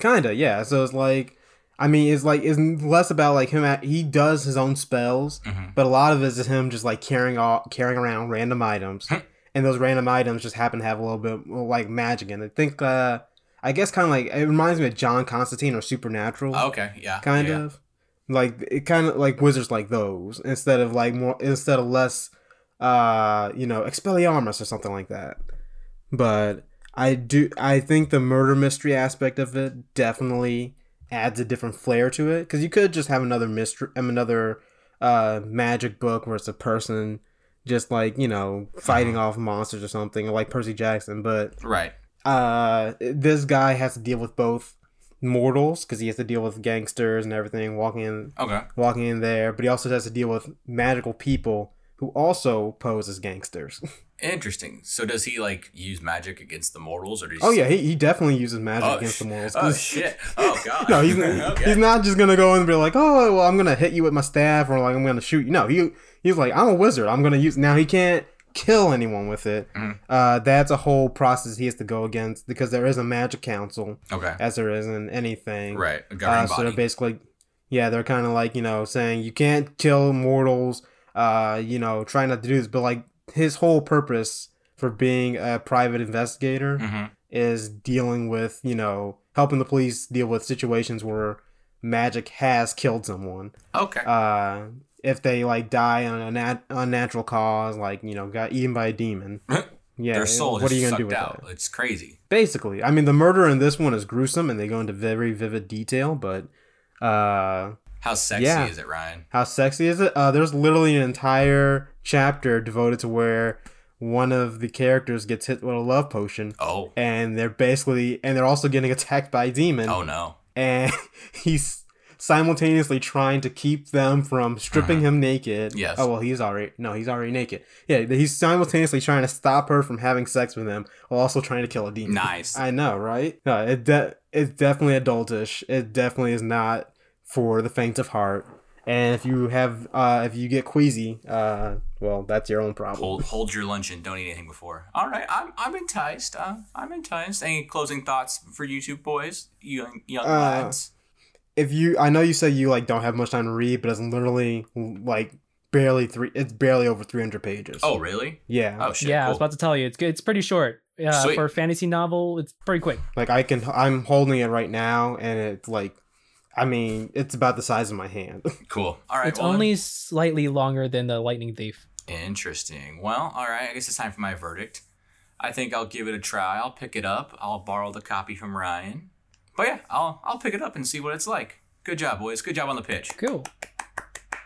Speaker 2: kinda yeah so it's like i mean it's like it's less about like him at, he does his own spells
Speaker 3: Mhm.
Speaker 2: but a lot of it is him just like carrying all carrying around random items
Speaker 3: Hmm.
Speaker 2: and those random items just happen to have a little bit well, like magic in it think uh i guess kind of like it reminds me of john constantine or supernatural
Speaker 3: Okay. Yeah.
Speaker 2: kind
Speaker 3: yeah.
Speaker 2: of like it kind of like wizards like those instead of like more instead of less uh you know expelliarmus or something like that but i do i think the murder mystery aspect of it definitely adds a different flair to it because you could just have another mystery um, another uh magic book where it's a person just like you know fighting
Speaker 3: Uh-huh.
Speaker 2: off monsters or something like percy jackson but
Speaker 3: Right.
Speaker 2: uh, this guy has to deal with both mortals because he has to deal with gangsters and everything walking in
Speaker 3: Okay.
Speaker 2: walking in there, but he also has to deal with magical people who also pose as gangsters.
Speaker 3: Interesting. So does he like use magic against the mortals, or does
Speaker 2: oh yeah, he, he definitely uses magic
Speaker 3: Oh,
Speaker 2: against the
Speaker 3: sh-
Speaker 2: mortals.
Speaker 3: Oh shit! Oh god!
Speaker 2: No, he's,
Speaker 3: okay.
Speaker 2: he's not just gonna go in and be like, oh well, I'm gonna hit you with my staff or like I'm gonna shoot you. No, he he's like, I'm a wizard. I'm gonna use. Now he can't kill anyone with it.
Speaker 3: Mhm.
Speaker 2: Uh, that's a whole process he has to go against because there is a magic council,
Speaker 3: okay.
Speaker 2: as there is in anything.
Speaker 3: Right. A
Speaker 2: Uh,
Speaker 3: governing
Speaker 2: so they're
Speaker 3: body.
Speaker 2: basically, yeah, they're kind of like you know saying you can't kill mortals. Uh, you know, try not to do this, but like his whole purpose for being a private investigator
Speaker 3: Mhm.
Speaker 2: is dealing with you know helping the police deal with situations where magic has killed someone.
Speaker 3: Okay.
Speaker 2: Uh, if they like die on an nat- unnatural cause, like you know got eaten by a demon. Yeah,
Speaker 3: Their soul
Speaker 2: what are
Speaker 3: is
Speaker 2: you gonna
Speaker 3: sucked
Speaker 2: do with
Speaker 3: out.
Speaker 2: that?
Speaker 3: It's crazy.
Speaker 2: Basically, I mean the murder in this one is gruesome, and they go into very vivid detail, but. Uh,
Speaker 3: How sexy
Speaker 2: Yeah.
Speaker 3: is it, Ryan?
Speaker 2: How sexy is it? Uh, there's literally an entire chapter devoted to where one of the characters gets hit with a love potion,
Speaker 3: Oh.
Speaker 2: and they're basically and they're also getting attacked by a demon,
Speaker 3: Oh no.
Speaker 2: and he's simultaneously trying to keep them from stripping him naked.
Speaker 3: Uh-huh. Yes.
Speaker 2: Oh well, he's already no, he's already naked. Yeah, he's simultaneously trying to stop her from having sex with him while also trying to kill a demon.
Speaker 3: Nice.
Speaker 2: I know, right? No, it de- it's definitely adultish. It definitely is not for the faint of heart. And if you have, uh, if you get queasy, uh, well, that's your own problem.
Speaker 3: Hold, hold your luncheon. Don't eat anything before. All right, I'm, I'm enticed. Uh, I'm enticed. Any closing thoughts for you two boys, young young
Speaker 2: Uh,
Speaker 3: lads?
Speaker 2: If you, I know you say you like don't have much time to read, but it's literally like barely three. It's barely over three hundred pages.
Speaker 3: Oh really?
Speaker 2: yeah.
Speaker 3: Oh shit.
Speaker 1: yeah, I
Speaker 3: cool.
Speaker 1: was about to tell you, it's good. It's pretty short. Uh,
Speaker 3: Sweet.
Speaker 1: for a fantasy novel, it's pretty quick.
Speaker 2: Like I can, I'm holding it right now, and it's like, I mean, it's about the size of my hand.
Speaker 3: cool. All right.
Speaker 1: it's
Speaker 3: well,
Speaker 1: only slightly longer than the Lightning Thief.
Speaker 3: Interesting. Well, all right. I guess it's time for my verdict. I think I'll give it a try. I'll pick it up. I'll borrow the copy from Ryan. But yeah, I'll I'll pick it up and see what it's like. Good job, boys. Good job on the pitch.
Speaker 1: Cool.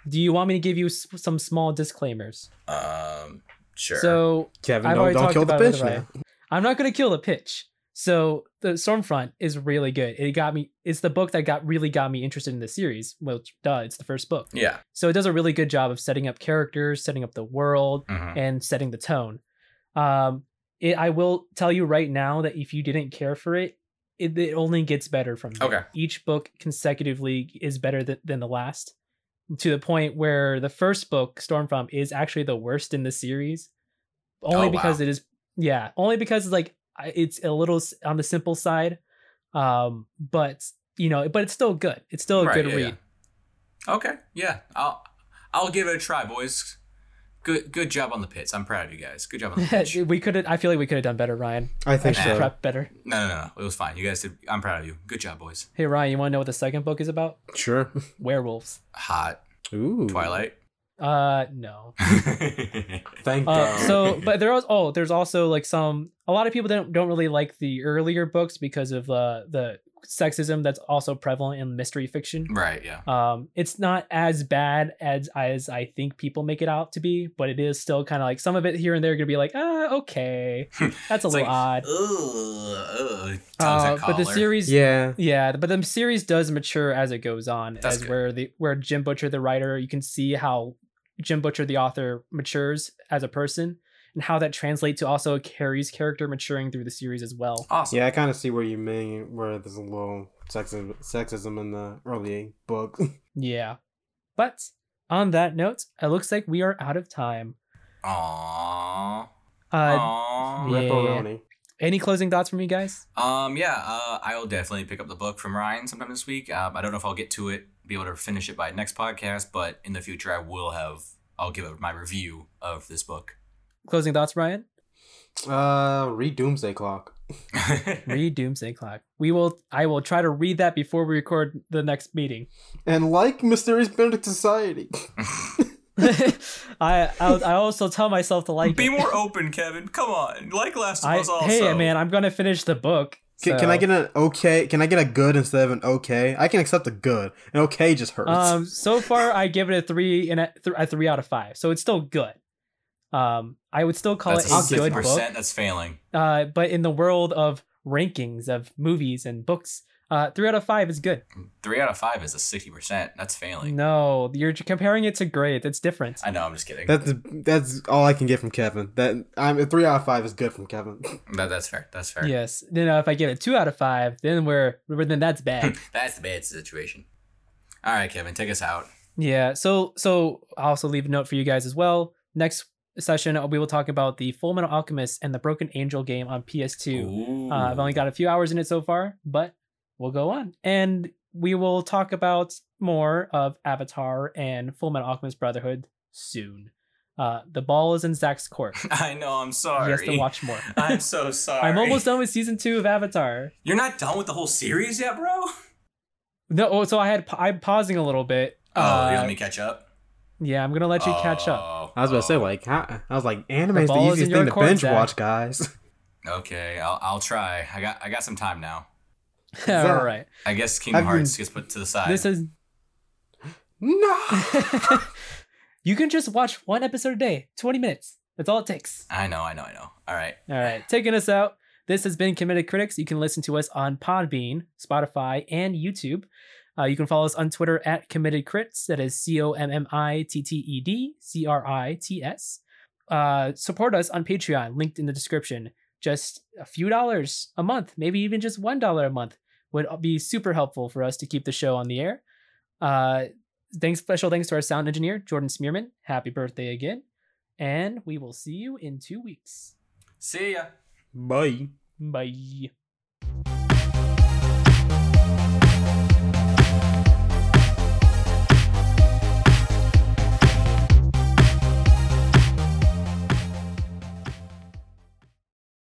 Speaker 1: Do you want me to give you s- some small disclaimers?
Speaker 3: Um, sure.
Speaker 1: So
Speaker 2: Kevin,
Speaker 1: I've
Speaker 2: don't,
Speaker 1: already
Speaker 2: don't
Speaker 1: talked
Speaker 2: kill the
Speaker 1: about it,
Speaker 2: bitch
Speaker 1: right?
Speaker 2: now.
Speaker 1: I'm not going to kill the pitch. So the Stormfront is really good. It got me. It's the book that got really got me interested in the series. Well, duh, it's the first book.
Speaker 3: Yeah.
Speaker 1: So it does a really good job of setting up characters, setting up the world,
Speaker 3: Mhm.
Speaker 1: and setting the tone. Um, it, I will tell you right now that if you didn't care for it, it, it only gets better from there.
Speaker 3: Okay.
Speaker 1: Each book consecutively is better th- than the last, to the point where the first book, Stormfront, is actually the worst in the series, only
Speaker 3: Oh,
Speaker 1: because
Speaker 3: wow.
Speaker 1: it is yeah, only because it's like I- it's a little s- on the simple side, um, but you know, but it's still good. It's still a
Speaker 3: Right,
Speaker 1: Oh, good
Speaker 3: yeah,
Speaker 1: read.
Speaker 3: yeah. Okay. Yeah. I'll I'll give it a try, boys. Good good job on the pits. I'm proud of you guys. Good job on the pitch.
Speaker 1: we could have I feel like we could have done better, Ryan.
Speaker 2: I
Speaker 1: I
Speaker 2: think
Speaker 1: should
Speaker 2: so.
Speaker 1: prep better.
Speaker 3: No, no, no, no. It was fine. You guys did. I'm proud of you. Good job, boys.
Speaker 1: Hey Ryan, you want to know what the second book is about?
Speaker 2: Sure.
Speaker 1: Werewolves.
Speaker 3: Hot
Speaker 2: Ooh.
Speaker 3: Twilight.
Speaker 1: Uh no.
Speaker 2: Thank
Speaker 1: Uh,
Speaker 2: God.
Speaker 1: so but there was oh there's also like some a lot of people don't don't really like the earlier books because of uh the sexism that's also prevalent in mystery fiction.
Speaker 3: right. Yeah.
Speaker 1: Um it's not as bad as as I think people make it out to be, but it is still kind of like some of it here and there going to be like, "Ah, okay. That's a
Speaker 3: It's
Speaker 1: little
Speaker 3: like,
Speaker 1: odd."
Speaker 3: Ugh, ugh,
Speaker 1: Uh,
Speaker 3: tongues
Speaker 1: but the
Speaker 3: collar.
Speaker 1: series
Speaker 2: yeah.
Speaker 1: Yeah, but the series does mature as it goes on,
Speaker 3: That's
Speaker 1: as
Speaker 3: good.
Speaker 1: where the where Jim Butcher the writer, you can see how Jim Butcher the author matures as a person and how that translates to also Carrie's character maturing through the series as well.
Speaker 3: Awesome.
Speaker 2: Yeah, I kind of see where you mean where there's a little sexism, sexism in the early book.
Speaker 1: Yeah. But on that note, it looks like we are out of time.
Speaker 3: Aww.
Speaker 1: Uh
Speaker 3: Aww.
Speaker 1: Yeah.
Speaker 2: Ripperoni.
Speaker 1: any closing thoughts from you guys?
Speaker 3: Um, yeah, uh, I'll definitely pick up the book from Ryan sometime this week. Um, I don't know if I'll get to it, be able to finish it by next podcast, but in the future, I will have, I'll give it my review of this book.
Speaker 1: Closing thoughts, Ryan?
Speaker 2: Uh, read Doomsday Clock.
Speaker 1: Read Doomsday Clock. We will I will try to read that before we record the next meeting.
Speaker 2: And like Mysterious Benedict Society.
Speaker 1: I I'll, I also tell myself to like
Speaker 3: be
Speaker 1: it.
Speaker 3: more open, Kevin. Come on, like Last of
Speaker 1: I,
Speaker 3: Us. Also,
Speaker 1: hey man, I'm gonna finish the book.
Speaker 2: Can, can I
Speaker 1: so-
Speaker 2: get an okay? Can I get a good instead of an okay? I can accept a good. An okay just hurts.
Speaker 1: Um, so far I give it a three and a, th- a three out of five, so it's still good. Um, I would still call
Speaker 3: that's
Speaker 1: it a good book.
Speaker 3: percent. That's failing.
Speaker 1: Uh, but in the world of rankings of movies and books, uh, three out of five is good.
Speaker 3: Three out of five is a sixty percent. That's failing.
Speaker 1: No, you're comparing it to grades. It's different.
Speaker 3: I know. I'm just kidding.
Speaker 2: that's that's all I can get from Kevin. That I'm a three out of five is good from Kevin.
Speaker 3: That- that's fair. That's fair.
Speaker 1: Yes. Then uh, if I give it two out of five, then we're then that's bad.
Speaker 3: That's the bad situation. All right, Kevin, take us out.
Speaker 1: Yeah. So so I'll also leave a note for you guys as well. Next session we will talk about the Full Metal Alchemist and the Broken Angel game on PS2.
Speaker 3: Ooh.
Speaker 1: Uh, I've only got a few hours in it so far, but we'll go on. And we will talk about more of Avatar and Full Metal Alchemist Brotherhood soon. Uh, the ball is in Zach's court.
Speaker 3: I know. I'm sorry.
Speaker 1: He has to watch more.
Speaker 3: I'm so sorry.
Speaker 1: I'm almost done with season two of Avatar.
Speaker 3: You're not done with the whole series yet, bro?
Speaker 1: Uh,
Speaker 3: Oh,
Speaker 1: No, oh, so I had I'm pausing a little bit.
Speaker 3: Oh, you
Speaker 1: Uh,
Speaker 3: let me catch up.
Speaker 1: yeah, I'm gonna let you catch up.
Speaker 3: Oh,
Speaker 2: I was about to say
Speaker 3: oh.
Speaker 2: like how, I was like anime is
Speaker 1: The ball
Speaker 2: the
Speaker 1: is in
Speaker 2: easiest
Speaker 1: your
Speaker 2: thing to
Speaker 1: court,
Speaker 2: binge
Speaker 1: Zach.
Speaker 2: watch, guys.
Speaker 3: Okay, I'll, I'll try. I got I got some time now. Oh.
Speaker 1: All right.
Speaker 3: I guess Kingdom
Speaker 2: I've been-
Speaker 3: Hearts gets put to the side.
Speaker 1: This is
Speaker 2: No.
Speaker 1: you can just watch one episode a day, 20 minutes. That's all it takes.
Speaker 3: I know, I know, I know. All right.
Speaker 1: All right, taking us out. This has been Committed Critics. You can listen to us on Podbean, Spotify, and YouTube. Uh, you can follow us on Twitter at Committed Crits. That is C O M M I T T E D C R I T S. Uh, support us on Patreon, linked in the description. Just a few dollars a month, maybe even just one dollar a month, would be super helpful for us to keep the show on the air. Uh, thanks, special thanks to our sound engineer Jordan Smearman. Happy birthday again, and we will see you in two weeks.
Speaker 3: See ya.
Speaker 2: Bye.
Speaker 1: Bye.